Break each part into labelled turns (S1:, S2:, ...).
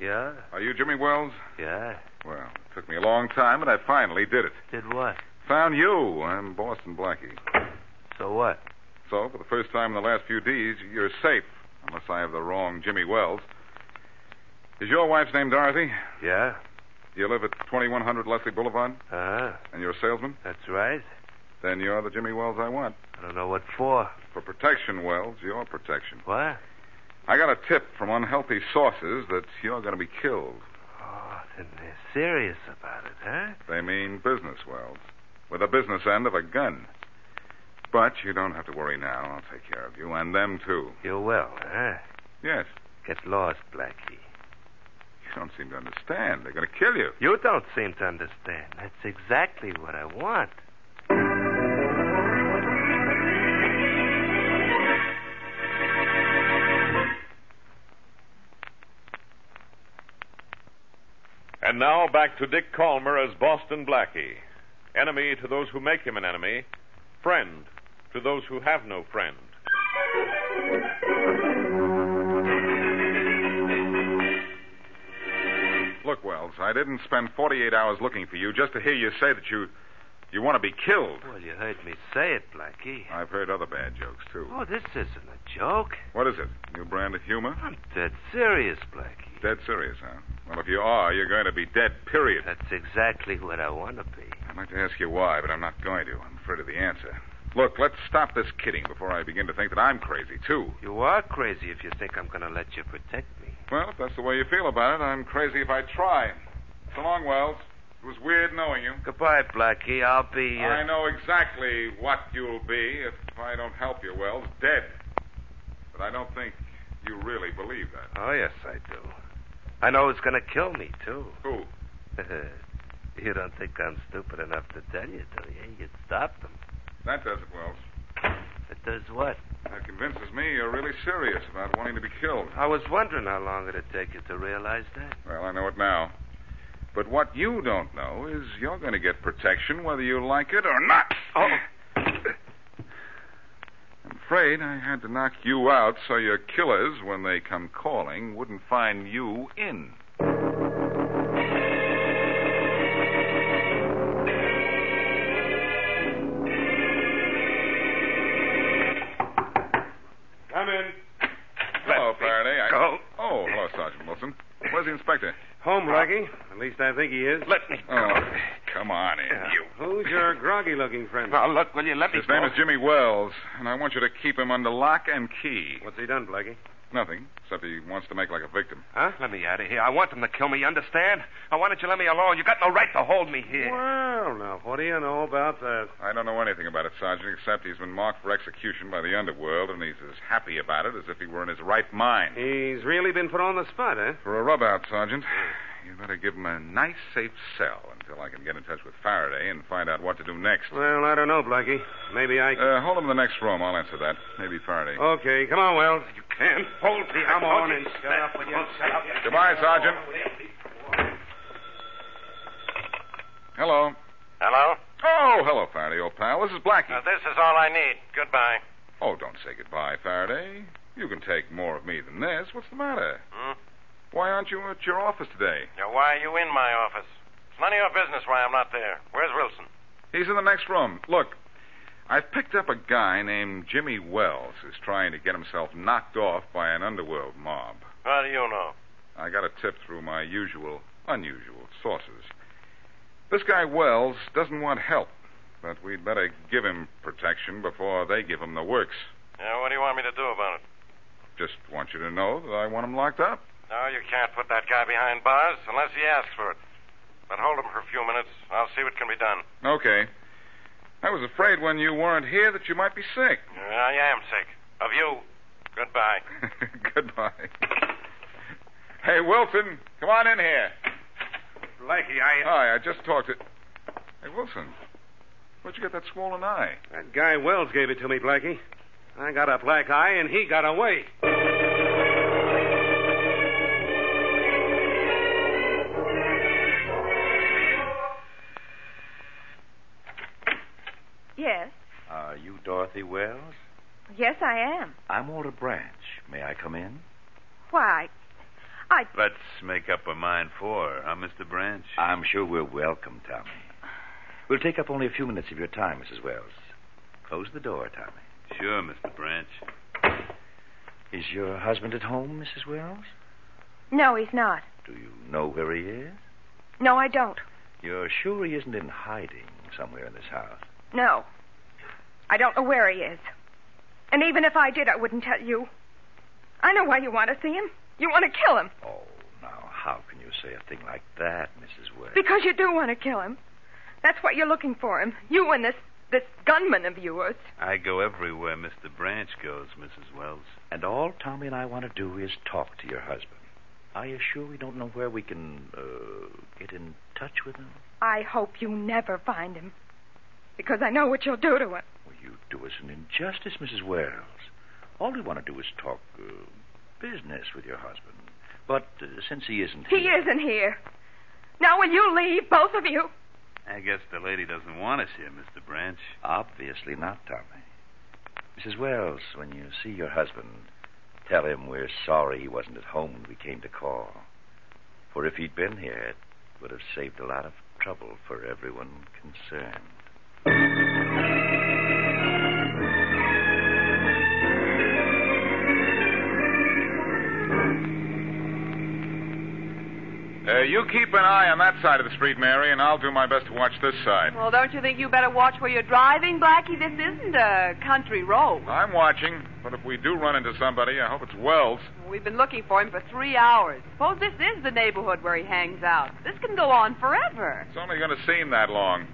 S1: Yeah?
S2: Are you Jimmy Wells?
S1: Yeah?
S2: Well, it took me a long time, but I finally did it.
S1: Did what?
S2: Found you. I'm Boston Blackie.
S1: So what?
S2: So, for the first time in the last few days, you're safe, unless I have the wrong Jimmy Wells. Is your wife's name Dorothy?
S1: Yeah?
S2: Do you live at 2100 Leslie Boulevard,
S1: Uh-huh.
S2: and you're a salesman?
S1: That's right.
S2: Then you're the Jimmy Wells I want.
S1: I don't know what for.
S2: For protection, Wells, your protection.
S1: What?
S2: I got a tip from unhealthy sources that you're going to be killed.
S1: Oh, then they're serious about it, huh?
S2: They mean business, Wells. With a business end of a gun. But you don't have to worry now. I'll take care of you, and them, too.
S1: You will, huh?
S2: Yes.
S1: Get lost, Blackie.
S2: You don't seem to understand. They're going to kill you.
S1: You don't seem to understand. That's exactly what I want.
S3: And now back to Dick Calmer as Boston Blackie. Enemy to those who make him an enemy, friend to those who have no friend.
S2: Look, Wells, I didn't spend 48 hours looking for you just to hear you say that you you want to be killed.
S1: Well, you heard me say it, Blackie.
S2: I've heard other bad jokes, too.
S1: Oh, this isn't a joke.
S2: What is it? New brand of humor?
S1: I'm dead serious, Blackie.
S2: Dead serious, huh? Well, if you are, you're going to be dead, period.
S1: That's exactly what I want to be.
S2: I'd like to ask you why, but I'm not going to. I'm afraid of the answer. Look, let's stop this kidding before I begin to think that I'm crazy, too.
S1: You are crazy if you think I'm going to let you protect me.
S2: Well, if that's the way you feel about it, I'm crazy if I try. So long, Wells. It was weird knowing you.
S1: Goodbye, Blackie. I'll be. Uh...
S2: I know exactly what you'll be if I don't help you, Wells. Dead. But I don't think you really believe that.
S1: Oh, yes, I do. I know it's going to kill me, too.
S2: Who?
S1: you don't think I'm stupid enough to tell you, do you? You'd stop them.
S2: That does it, Wells.
S1: It does what?
S2: That convinces me you're really serious about wanting to be killed.
S1: I was wondering how long it'd take you to realize that.
S2: Well, I know it now. But what you don't know is you're going to get protection whether you like it or not.
S1: Oh.
S2: I'm afraid I had to knock you out so your killers, when they come calling, wouldn't find you in.
S3: Come in.
S2: Oh, Wilson. Where's the inspector?
S4: Home, Blackie. At least I think he is.
S1: Let me go.
S2: Oh, come on in, you.
S4: Who's your groggy looking friend?
S1: Now, look, will you let me
S2: His name
S1: go?
S2: is Jimmy Wells, and I want you to keep him under lock and key.
S4: What's he done, Blackie?
S2: Nothing, except he wants to make like a victim.
S1: Huh? Let me out of here. I want them to kill me, you understand? Now, why don't you let me alone? You got no right to hold me here.
S4: Well, now, what do you know about that?
S2: I don't know anything about it, Sergeant, except he's been marked for execution by the underworld, and he's as happy about it as if he were in his right mind.
S4: He's really been put on the spot, eh?
S2: For a rubout, Sergeant, you better give him a nice, safe cell until I can get in touch with Faraday and find out what to do next.
S4: Well, I don't know, Blackie. Maybe I.
S2: Uh, hold him in the next room. I'll answer that. Maybe Faraday.
S5: Oh.
S4: Okay, come on, Wells. You
S1: can't hold me.
S4: Come
S1: I told
S4: on
S1: you
S4: in.
S1: to
S4: Shut
S1: stay.
S4: up with you.
S1: Oh, shut up.
S2: Goodbye, Sergeant. Hello.
S5: Hello?
S2: Oh, hello, Faraday, old pal. This is Blackie.
S5: Uh, this is all I need. Goodbye.
S2: Oh, don't say goodbye, Faraday. You can take more of me than this. What's the matter?
S5: Hmm?
S2: Why aren't you at your office today?
S5: Now, why are you in my office? It's none of your business why I'm not there. Where's Wilson?
S2: He's in the next room. Look, I've picked up a guy named Jimmy Wells who's trying to get himself knocked off by an underworld mob.
S5: How do you know?
S2: I got a tip through my usual, unusual sources. This guy Wells doesn't want help, but we'd better give him protection before they give him the works.
S5: Yeah, what do you want me to do about it?
S2: Just want you to know that I want him locked up.
S5: No, you can't put that guy behind bars unless he asks for it. But hold him for a few minutes. I'll see what can be done.
S2: Okay. I was afraid when you weren't here that you might be sick.
S5: I am sick. Of you. Goodbye.
S2: Goodbye. Hey, Wilson, come on in here.
S1: Blackie, I.
S2: Hi, I just talked to. Hey, Wilson, where'd you get that swollen eye?
S4: That guy Wells gave it to me, Blackie. I got a black eye, and he got away.
S6: Yes.
S1: Are you Dorothy Wells?
S6: Yes, I am.
S1: I'm Walter Branch. May I come in?
S6: Why? I.
S3: Let's make up our mind for, huh, Mr. Branch?
S1: I'm sure we're welcome, Tommy. We'll take up only a few minutes of your time, Mrs. Wells. Close the door, Tommy.
S3: Sure, Mr. Branch.
S1: Is your husband at home, Mrs. Wells?
S6: No, he's not.
S1: Do you know where he is?
S6: No, I don't.
S1: You're sure he isn't in hiding somewhere in this house?
S6: No. I don't know where he is. And even if I did, I wouldn't tell you. I know why you want to see him. You want to kill him
S1: Oh, now, how can you say a thing like that, Mrs. Wells?
S6: because you do want to kill him. That's what you're looking for him. You and this this gunman of yours.
S3: I go everywhere Mr. Branch goes, Mrs. Wells.
S1: And all Tommy and I want to do is talk to your husband. Are you sure we don't know where we can uh, get in touch with him?
S6: I hope you never find him because I know what you'll do to him.
S1: Well, you do us an injustice, Mrs. Wells. All we want to do is talk uh, business with your husband. But uh, since he isn't
S6: He
S1: here,
S6: isn't here. Now, will you leave, both of you?
S3: I guess the lady doesn't want us here, Mr. Branch.
S1: obviously not, Tommy. Mrs. Wells, when you see your husband, tell him we're sorry he wasn't at home when we came to call. For if he'd been here, it would have saved a lot of trouble for everyone concerned.
S2: Uh, you keep an eye on that side of the street, Mary, and I'll do my best to watch this side.
S7: Well, don't you think you better watch where you're driving, Blackie? This isn't a country road.
S2: I'm watching, but if we do run into somebody, I hope it's Wells.
S7: We've been looking for him for three hours. Suppose this is the neighborhood where he hangs out. This can go on forever.
S2: It's only going to seem that long.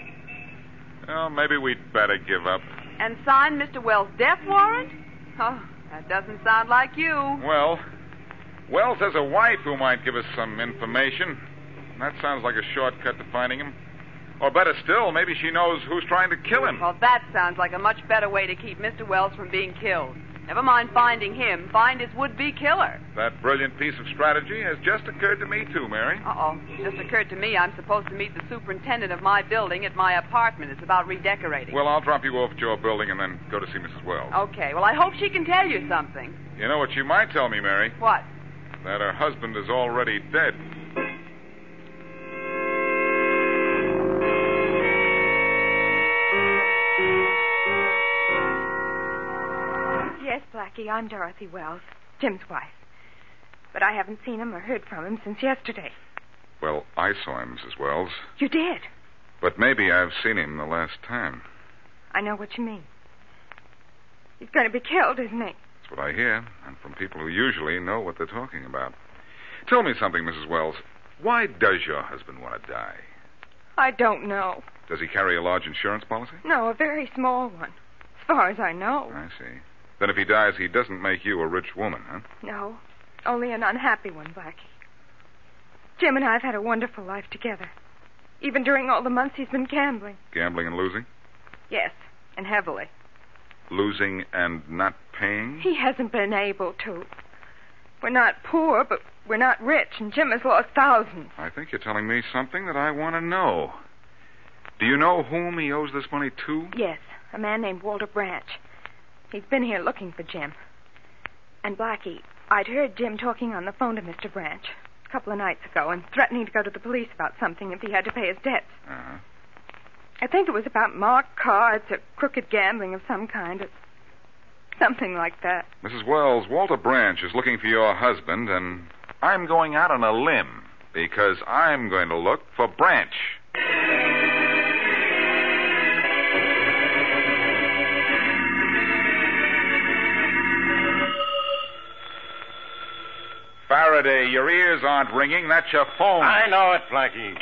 S2: Well, maybe we'd better give up.
S7: And sign Mr. Wells' death warrant? Oh, that doesn't sound like you.
S2: Well, Wells has a wife who might give us some information. That sounds like a shortcut to finding him. Or better still, maybe she knows who's trying to kill him.
S7: Well, that sounds like a much better way to keep Mr. Wells from being killed. Never mind finding him. Find his would-be killer.
S2: That brilliant piece of strategy has just occurred to me, too, Mary.
S7: Uh-oh. Just occurred to me I'm supposed to meet the superintendent of my building at my apartment. It's about redecorating.
S2: Well, I'll drop you off at your building and then go to see Mrs. Wells.
S6: Oh.
S7: Okay. Well, I hope she can tell you something.
S2: You know what she might tell me, Mary?
S7: What?
S2: That her husband is already dead.
S6: Yes, Blackie, I'm Dorothy Wells, Jim's wife. But I haven't seen him or heard from him since yesterday.
S2: Well, I saw him, Mrs. Wells,
S6: You did.
S2: but maybe I've seen him the last time.
S6: I know what you mean. He's going to be killed, isn't he?
S2: That's what I hear, and from people who usually know what they're talking about. Tell me something, Mrs. Wells. Why does your husband want to die?
S6: I don't know.
S2: Does he carry a large insurance policy?
S6: No, a very small one. As far as I know.
S2: I see. Then if he dies, he doesn't make you a rich woman, huh?
S6: No, only an unhappy one, Blackie. Jim and I have had a wonderful life together, even during all the months he's been gambling.
S2: Gambling and losing?
S6: Yes, and heavily.
S2: Losing and not paying?
S6: He hasn't been able to. We're not poor, but we're not rich, and Jim has lost thousands.
S2: I think you're telling me something that I want to know. Do you know whom he owes this money to?
S6: Yes, a man named Walter Branch. He's been here looking for Jim. And Blackie, I'd heard Jim talking on the phone to Mr. Branch a couple of nights ago and threatening to go to the police about something if he had to pay his debts.
S2: Uh-huh.
S6: I think it was about marked cards or crooked gambling of some kind or something like that.
S2: Mrs. Wells, Walter Branch is looking for your husband, and I'm going out on a limb because I'm going to look for Branch. Faraday, your ears aren't ringing. That's your phone.
S5: I know it, Blackie.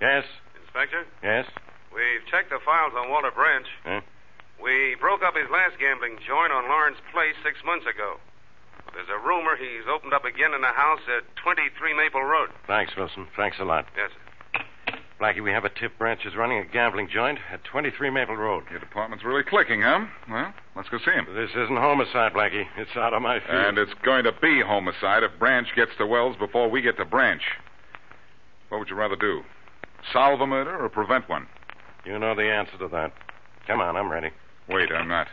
S5: Yes,
S4: Inspector,
S5: yes.
S4: we've checked the files on Walter Branch.
S5: Huh?
S4: We broke up his last gambling joint on Lawrence Place six months ago. There's a rumor he's opened up again in a house at 23 Maple Road.
S5: Thanks, Wilson. Thanks a lot.
S4: Yes, sir.
S5: Blackie, we have a tip branch is running a gambling joint at 23 Maple Road.
S2: Your department's really clicking, huh? Well, let's go see him.
S5: This isn't homicide, Blackie. It's out of my field.
S2: And it's going to be homicide if Branch gets to Wells before we get to Branch. What would you rather do? Solve a murder or prevent one?
S5: You know the answer to that. Come on, I'm ready.
S2: Wait, I'm not.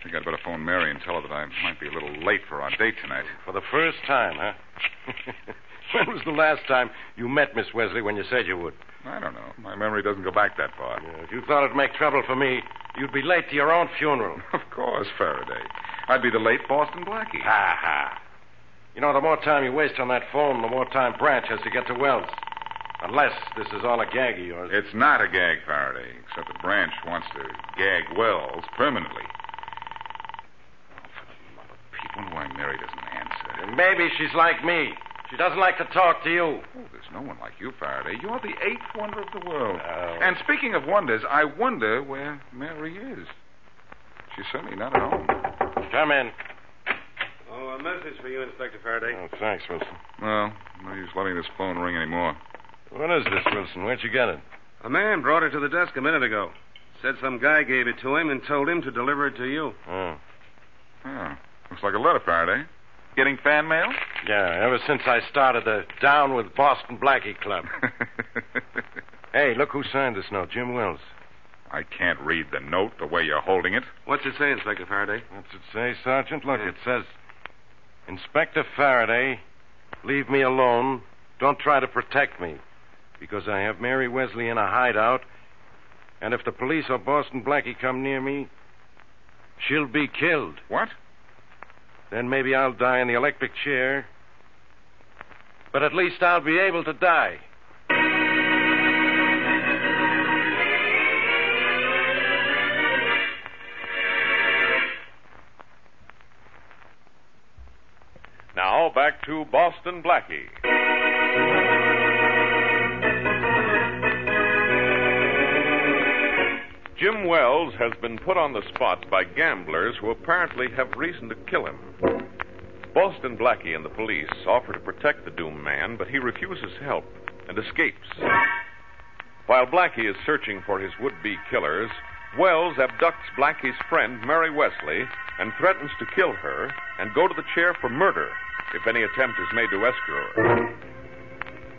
S2: I think I'd better phone Mary and tell her that I might be a little late for our date tonight.
S5: For the first time, huh? when was the last time you met Miss Wesley when you said you would?
S2: I don't know. My memory doesn't go back that far.
S5: If you thought it'd make trouble for me, you'd be late to your own funeral.
S2: Of course, Faraday. I'd be the late Boston Blackie.
S5: Ha ha. You know, the more time you waste on that phone, the more time Branch has to get to Wells. Unless this is all a gag of yours.
S2: It's not a gag, Faraday, except that Branch wants to gag Wells permanently. Oh, for the love of Pete, wonder why Mary doesn't answer.
S5: And maybe she's like me. She doesn't like to talk to you.
S2: Oh, there's no one like you, Faraday. You're the eighth wonder of the world.
S5: No.
S2: And speaking of wonders, I wonder where Mary is. She's certainly not at home.
S5: Come in.
S4: Oh, a message for you, Inspector Faraday.
S5: Oh, thanks, Wilson.
S2: Well, no use letting this phone ring anymore.
S5: What is this, Wilson? Where'd you get it?
S4: A man brought it to the desk a minute ago. Said some guy gave it to him and told him to deliver it to you.
S5: Oh.
S2: Oh, looks like a letter, Faraday. Getting fan mail?
S5: Yeah, ever since I started the Down with Boston Blackie Club. hey, look who signed this note, Jim Wells.
S2: I can't read the note the way you're holding it.
S4: What's it say, Inspector Faraday?
S5: What's it say, Sergeant? Look, it says, Inspector Faraday, leave me alone. Don't try to protect me, because I have Mary Wesley in a hideout, and if the police or Boston Blackie come near me, she'll be killed.
S2: What?
S5: Then maybe I'll die in the electric chair. But at least I'll be able to die.
S3: Now back to Boston Blackie. Jim Wells has been put on the spot by gamblers who apparently have reason to kill him. Boston Blackie and the police offer to protect the doomed man, but he refuses help and escapes. While Blackie is searching for his would be killers, Wells abducts Blackie's friend, Mary Wesley, and threatens to kill her and go to the chair for murder if any attempt is made to escrow her.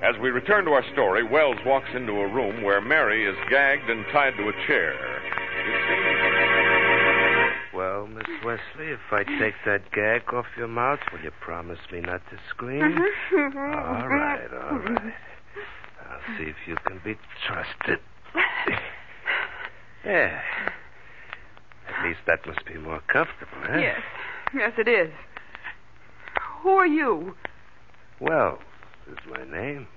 S3: As we return to our story, Wells walks into a room where Mary is gagged and tied to a chair.
S8: Well, Miss Wesley, if I take that gag off your mouth, will you promise me not to scream? All right, all right. I'll see if you can be trusted. yeah. At least that must be more comfortable, huh?
S7: Yes. Yes, it is. Who are you?
S8: Wells is my name.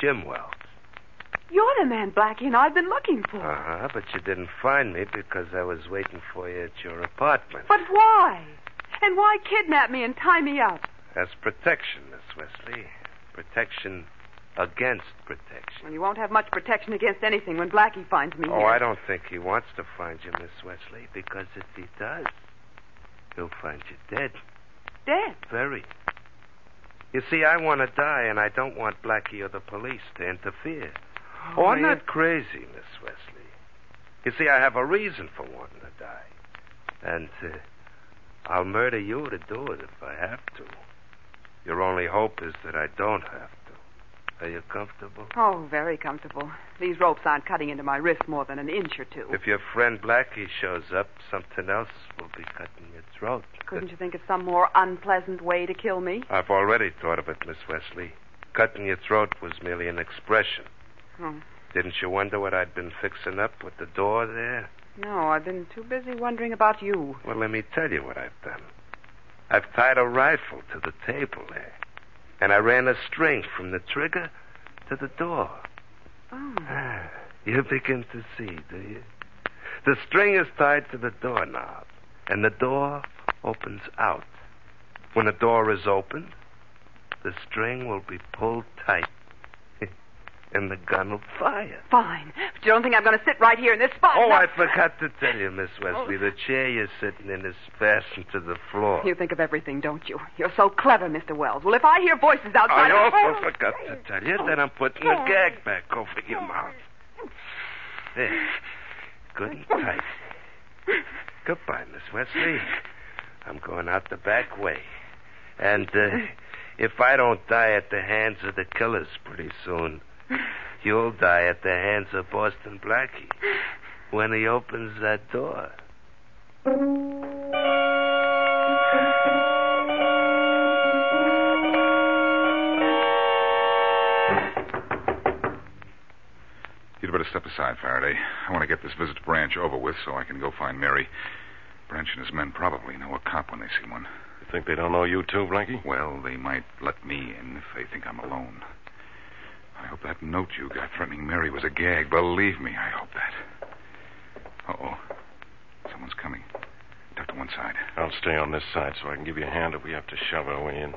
S8: Jim Wells.
S7: You're the man Blackie and I've been looking for.
S8: Uh huh, but you didn't find me because I was waiting for you at your apartment.
S7: But why? And why kidnap me and tie me up?
S8: That's protection, Miss Wesley. Protection against protection.
S7: Well, you won't have much protection against anything when Blackie finds me
S8: Oh,
S7: here.
S8: I don't think he wants to find you, Miss Wesley, because if he does, he'll find you dead.
S7: Dead?
S8: Very. You see, I want to die, and I don't want Blackie or the police to interfere. Oh, I'm not crazy, Miss Wesley. You see, I have a reason for wanting to die. And uh, I'll murder you to do it if I have to. Your only hope is that I don't have to. Are you comfortable?
S7: Oh, very comfortable. These ropes aren't cutting into my wrist more than an inch or two.
S8: If your friend Blackie shows up, something else will be cutting your throat.
S7: Couldn't you think of some more unpleasant way to kill me?
S8: I've already thought of it, Miss Wesley. Cutting your throat was merely an expression.
S7: Oh,
S8: Didn't you wonder what I'd been fixing up with the door there?
S7: no, I've been too busy wondering about you.
S8: Well, let me tell you what I've done. I've tied a rifle to the table there, and I ran a string from the trigger to the door. Ah,
S7: Oh.
S8: You begin to see, do you? The string is tied to the doorknob, and the door opens out. When the door is opened, the string will be pulled tight, and the gun will fire.
S7: Fine. But you don't think I'm going to sit right here in this spot?
S8: Oh,
S7: No. Oh.
S8: I forgot to tell you, Miss Wesley, the chair you're sitting in is fastened to the floor.
S7: You think of everything, don't you? You're so clever, Mr. Wells. Well, if I hear voices outside...
S8: I also
S7: Oh.
S8: forgot to tell you that I'm putting a gag back over your mouth. There. Good and tight. Goodbye, Miss Wesley. I'm going out the back way. And uh, if I don't die at the hands of the killers pretty soon, you'll die at the hands of Boston Blackie when he opens that door.
S2: You'd better step aside, Faraday. I want to get this visit to Branch over with so I can go find Mary. Branch and his men probably know a cop when they see one.
S5: You think they don't know you too, Blackie?
S2: Well, they might let me in if they think I'm alone. I hope that note you got threatening Mary was a gag. Believe me, I hope that. Uh oh. Someone's coming. Duck to one side.
S5: I'll stay on this side so I can give you a hand if we have to shove our way in.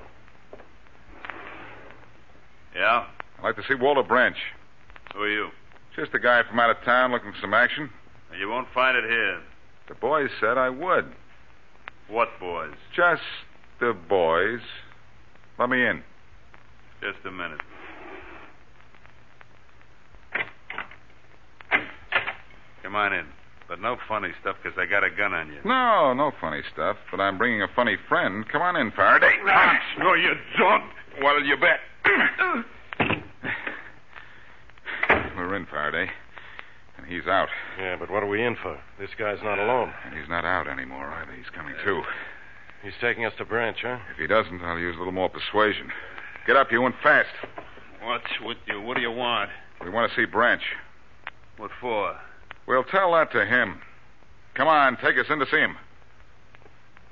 S2: Yeah? I'd like to see Walter Branch.
S3: Who are you?
S2: Just a guy from out of town looking for some action.
S3: You won't find it here.
S2: The boys said I would.
S3: What boys?
S2: Just the boys. Let me in.
S3: Just a minute. Come on in. But no funny stuff, because I got a gun on you.
S2: No, no funny stuff, but I'm bringing a funny friend. Come on in, Faraday.
S3: No, you don't.
S2: What'll you bet? We're in, Faraday. And he's out.
S5: Yeah, but what are we in for? This guy's not alone.
S2: And he's not out anymore either. He's coming too.
S5: He's taking us to Branch, huh?
S2: If he doesn't, I'll use a little more persuasion. Get up, you, and fast.
S3: What's with you? What do you want?
S2: We want to see Branch.
S3: What for?
S2: We'll tell that to him. Come on, take us in to see him.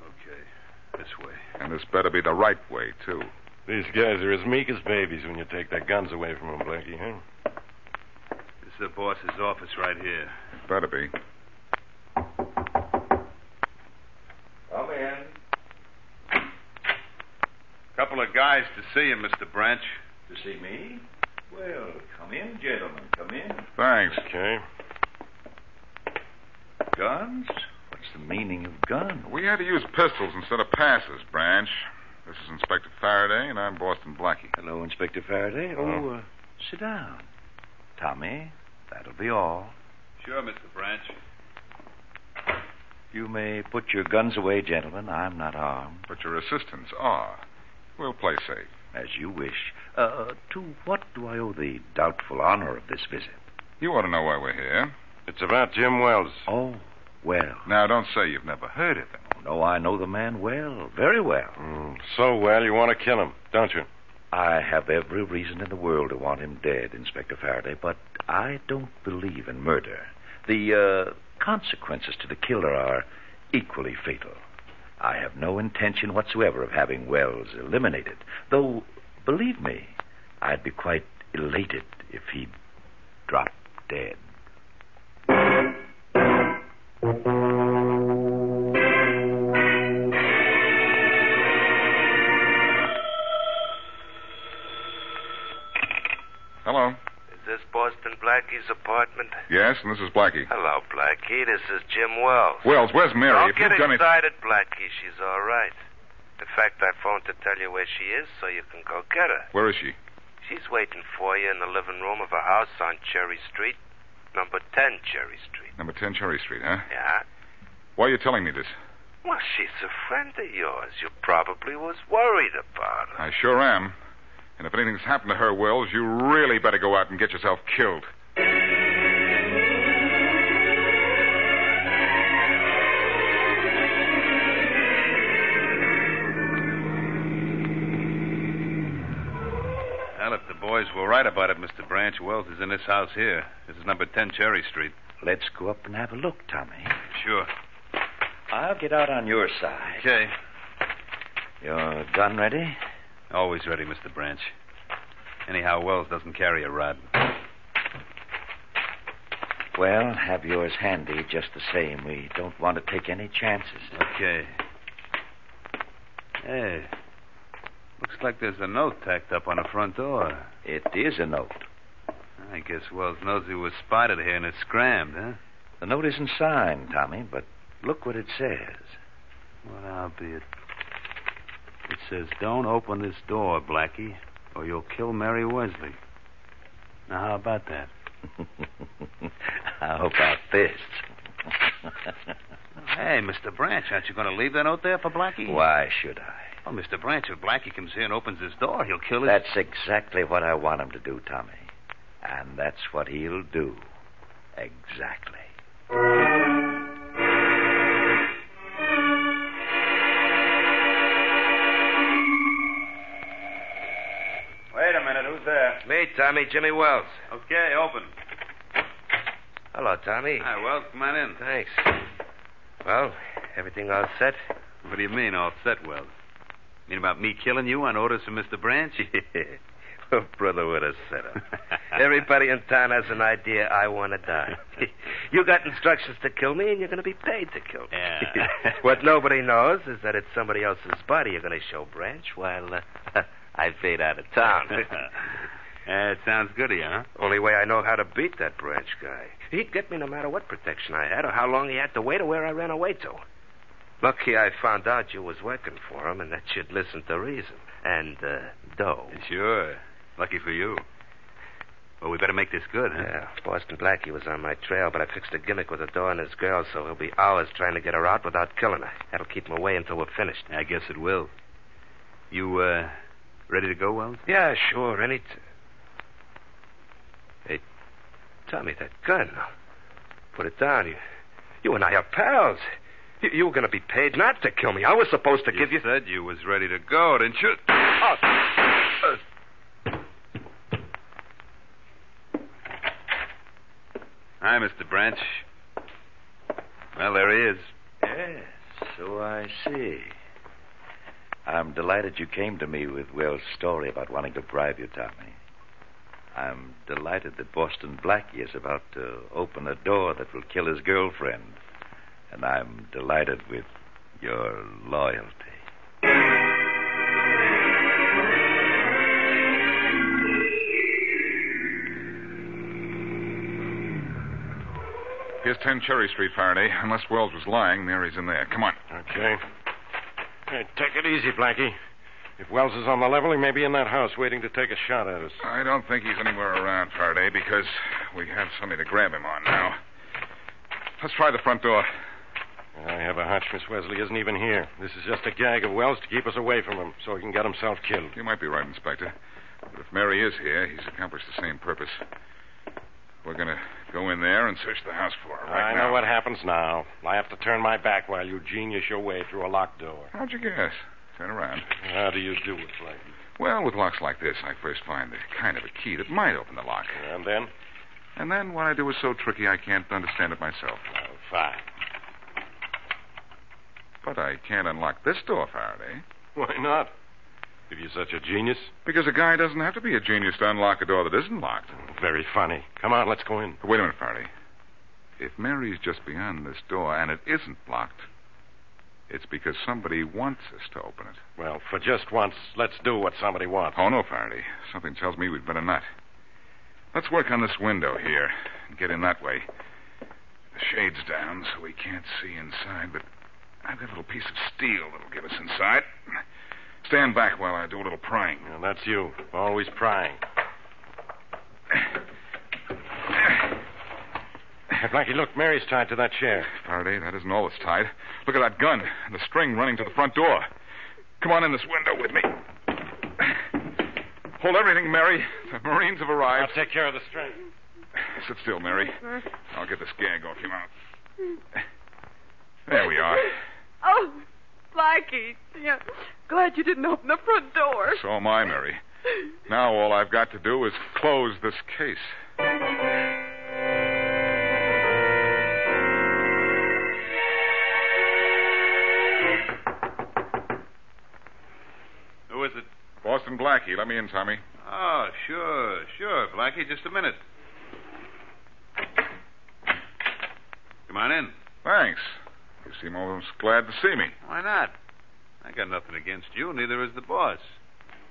S3: Okay. This way.
S2: And this better be the right way, too.
S5: These guys are as meek as babies when you take their guns away from them, Blackie, huh?
S3: This is the boss's office right here.
S2: Better be.
S3: Come in. Couple of guys to see you, Mr. Branch. To see me? Well, come in, gentlemen. Come in.
S2: Thanks.
S5: Okay.
S3: Guns? What's the meaning of guns?
S2: We had to use pistols instead of passes, Branch. This is Inspector Faraday, and I'm Boston Blackie.
S3: Hello, Inspector Faraday.
S2: Hello.
S3: Oh, uh, sit down. Tommy, that'll be all. Sure, Mr. Branch. You may put your guns away, gentlemen. I'm not armed.
S2: But your assistants are. We'll play safe.
S3: As you wish. Uh, to what do I owe the doubtful honor of this visit?
S2: You ought to know why we're here.
S5: It's about Jim Wells.
S3: Oh, well.
S2: Now, don't say you've never heard of him.
S3: No, I know the man well, very well.
S5: Mm, so well, you want to kill him, don't you?
S3: I have every reason in the world to want him dead, Inspector Faraday, but I don't believe in murder. The uh, consequences to the killer are equally fatal.
S1: I have no intention whatsoever of having Wells eliminated, though, believe me, I'd be quite elated if he dropped dead.
S3: Hello.
S8: Is this Boston Blackie's apartment?
S3: Yes, and this is Blackie.
S8: Hello, Blackie. This is Jim Wells.
S3: Wells, where's Mary?
S8: Don't
S3: If
S8: get
S3: you've done it-
S8: excited, Blackie. She's all right. In fact, I phoned to tell you where she is so you can go get her.
S3: Where is she?
S8: She's waiting for you in the living room of her house on Cherry Street, number 10 Cherry Street.
S3: Number 10 Cherry Street, huh?
S8: Yeah?
S3: Why are you telling me this?
S8: Well, she's a friend of yours. You probably was worried about her.
S3: I sure am. And if anything's happened to her, Wells, you really better go out and get yourself killed.
S9: Well, if the boys were right about it, Mr. Branch, Wells is in this house here. This is number 10 Cherry Street.
S1: Let's go up and have a look, Tommy.
S9: Sure.
S1: I'll get out on your side.
S9: Okay.
S1: Your gun ready?
S9: Always ready, Mr. Branch. Anyhow, Wells doesn't carry a rod.
S1: Well, have yours handy just the same. We don't want to take any chances.
S9: Okay. Hey. Looks like there's a note tacked up on the front door.
S1: It is a note.
S9: I guess Wells knows he was spotted here and is scrammed, huh?
S1: The note isn't signed, Tommy, but look what it says.
S9: Well, I'll be it. It says, Don't open this door, Blackie, or you'll kill Mary Wesley. Now, how about that?
S1: How about this?
S9: Hey, Mr. Branch, aren't you going to leave that note there for Blackie?
S1: Why should I?
S9: Well, Mr. Branch, if Blackie comes here and opens his door, he'll kill his.
S1: That's exactly what I want him to do, Tommy. And that's what he'll do. Exactly.
S9: Wait a minute, who's there?
S8: Me, Tommy, Jimmy Wells.
S9: Okay, open.
S8: Hello, Tommy.
S9: Hi, Wells, come on in.
S8: Thanks. Well, everything all set?
S9: What do you mean, all set, Wells? Mean about me killing you on orders from Mr. Branch?
S8: Oh, brother, what a setup. Everybody in town has an idea I want to die. you got instructions to kill me, and you're going to be paid to kill me.
S9: Yeah.
S8: what nobody knows is that it's somebody else's body you're going to show Branch while uh, I fade out of town.
S9: That sounds good to you, huh?
S8: Only way I know how to beat that Branch guy. He'd get me no matter what protection I had or how long he had to wait or where I ran away to. Lucky I found out you was working for him and that you'd listen to reason. And, uh, dough.
S9: Sure. Lucky for you. Well, we better make this good, huh?
S8: Yeah, Boston Blackie was on my trail, but I fixed a gimmick with a door and his girl, so he'll be hours trying to get her out without killing her. That'll keep him away until we're finished.
S9: I guess it will. You, uh, ready to go, Wells?
S8: Yeah, sure, any. T- hey, Tommy, that gun. Put it down. You, you and I are pals. You, you were going to be paid not to kill me. I was supposed to give you.
S9: said you was ready to go, didn't you?
S8: Oh.
S9: Uh, Hi, Mr. Branch. Well, there he is.
S1: Yes, so I see. I'm delighted you came to me with Wells' story about wanting to bribe you, Tommy. I'm delighted that Boston Blackie is about to open a door that will kill his girlfriend. And I'm delighted with your loyalty.
S3: Here's 10 Cherry Street, Faraday. Unless Wells was lying, Mary's in there. Come on.
S9: Uh.
S5: Okay. Hey, take it easy, Blackie. If Wells is on the level, he may be in that house waiting to take a shot at us.
S3: I don't think he's anywhere around, Faraday, because we have something to grab him on now. Let's try the front door.
S5: I have a hunch Miss Wesley isn't even here. This is just a gag of Wells to keep us away from him so he can get himself killed.
S3: You might be right, Inspector. But if Mary is here, he's accomplished the same purpose. We're going to go in there and search the house for her right
S5: I
S3: now.
S5: know what happens now. I have to turn my back while you genius your way through a locked door.
S3: How'd you guess? Turn around.
S5: How do you do it, Blackie?
S3: Well, with locks like this, I first find a kind of a key that might open the lock.
S5: And then?
S3: And then what I do is so tricky I can't understand it myself.
S5: Oh, fine.
S2: But I can't unlock this door, Faraday.
S5: Why not? If you're such a genius.
S2: Because a guy doesn't have to be a genius to unlock a door that isn't locked.
S5: Very funny. Come on, let's go in.
S2: Wait a minute, Faraday. If Mary's just beyond this door and it isn't locked, it's because somebody wants us to open it.
S5: Well, for just once, let's do what somebody wants.
S2: Oh, no, Faraday. Something tells me we'd better not. Let's work on this window here and get in that way. The shade's down, so we can't see inside, but I've got a little piece of steel that'll get us inside. Stand back while I do a little prying.
S5: Well, that's you. Always prying. Hey, Blackie, look, Mary's tied to that chair.
S2: Faraday, that isn't all that's tied. Look at that gun and the string running to the front door. Come on in this window with me. Hold everything, Mary. The Marines have
S5: I'll
S2: arrived.
S5: take care of the string.
S2: Sit still, Mary. I'll get this gag off your mouth. There we are.
S7: Oh, Blackie. Yeah. Glad you didn't open the front door.
S2: So am I, Mary. Now all I've got to do is close this case.
S10: Who is it?
S2: Boston Blackie, let me in, Tommy.
S10: Oh, sure, sure, Blackie. Just a minute. Come on in.
S2: Thanks. You seem almost glad to see me.
S10: Why not? I got nothing against you, neither is the boss.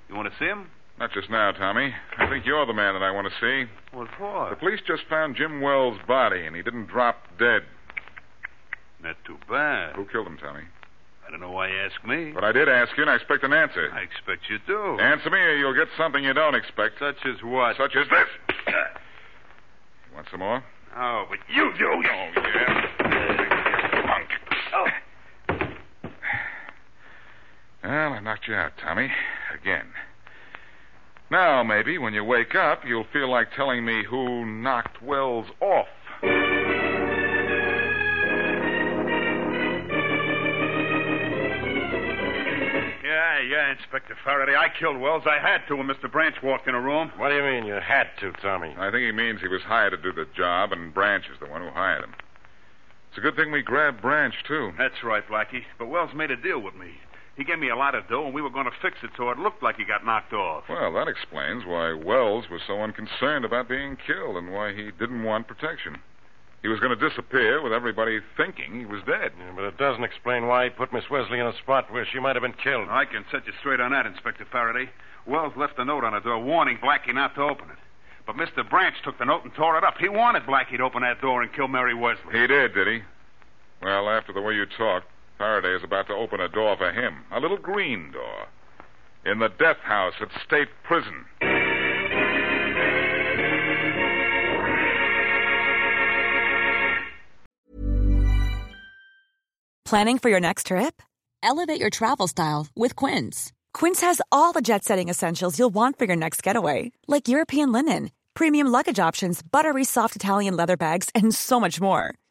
S10: You want to see him?
S2: Not just now, Tommy. I think you're the man that I want to see.
S10: What for?
S2: The police just found Jim Wells' body, and he didn't drop dead.
S10: Not too bad.
S2: Who killed him, Tommy?
S10: I don't know why you ask me.
S2: But I did ask you, and I expect an answer.
S10: I expect you do.
S2: Answer me, or you'll get something you don't expect.
S10: Such as what?
S2: Such as this. You want some more?
S10: Oh, but you do.
S2: Oh, yeah. Monk.
S10: Oh.
S2: Well, I knocked you out, Tommy. Again. Now, maybe, when you wake up, you'll feel like telling me who knocked Wells off.
S11: Yeah, yeah, Inspector Faraday. I killed Wells. I had to when Mr. Branch walked in a room.
S5: What do you mean you had to, Tommy?
S2: I think he means he was hired to do the job, and Branch is the one who hired him. It's a good thing we grabbed Branch, too.
S11: That's right, Blackie. But Wells made a deal with me. He gave me a lot of dough, and we were going to fix it so it looked like he got knocked off.
S2: Well, that explains why Wells was so unconcerned about being killed and why he didn't want protection. He was going to disappear with everybody thinking he was dead.
S5: Yeah, but it doesn't explain why he put Miss Wesley in a spot where she might have been killed.
S11: I can set you straight on that, Inspector Faraday. Wells left a note on the door warning Blackie not to open it. But Mr. Branch took the note and tore it up. He wanted Blackie to open that door and kill Mary Wesley.
S2: He did, did he? Well, after the way you talked, Faraday is about to open a door for him a little green door. In the death house at State Prison.
S12: Planning for your next trip? Elevate your travel style with Quince. Quince has all the jet setting essentials you'll want for your next getaway, like European linen, premium luggage options, buttery soft Italian leather bags, and so much more.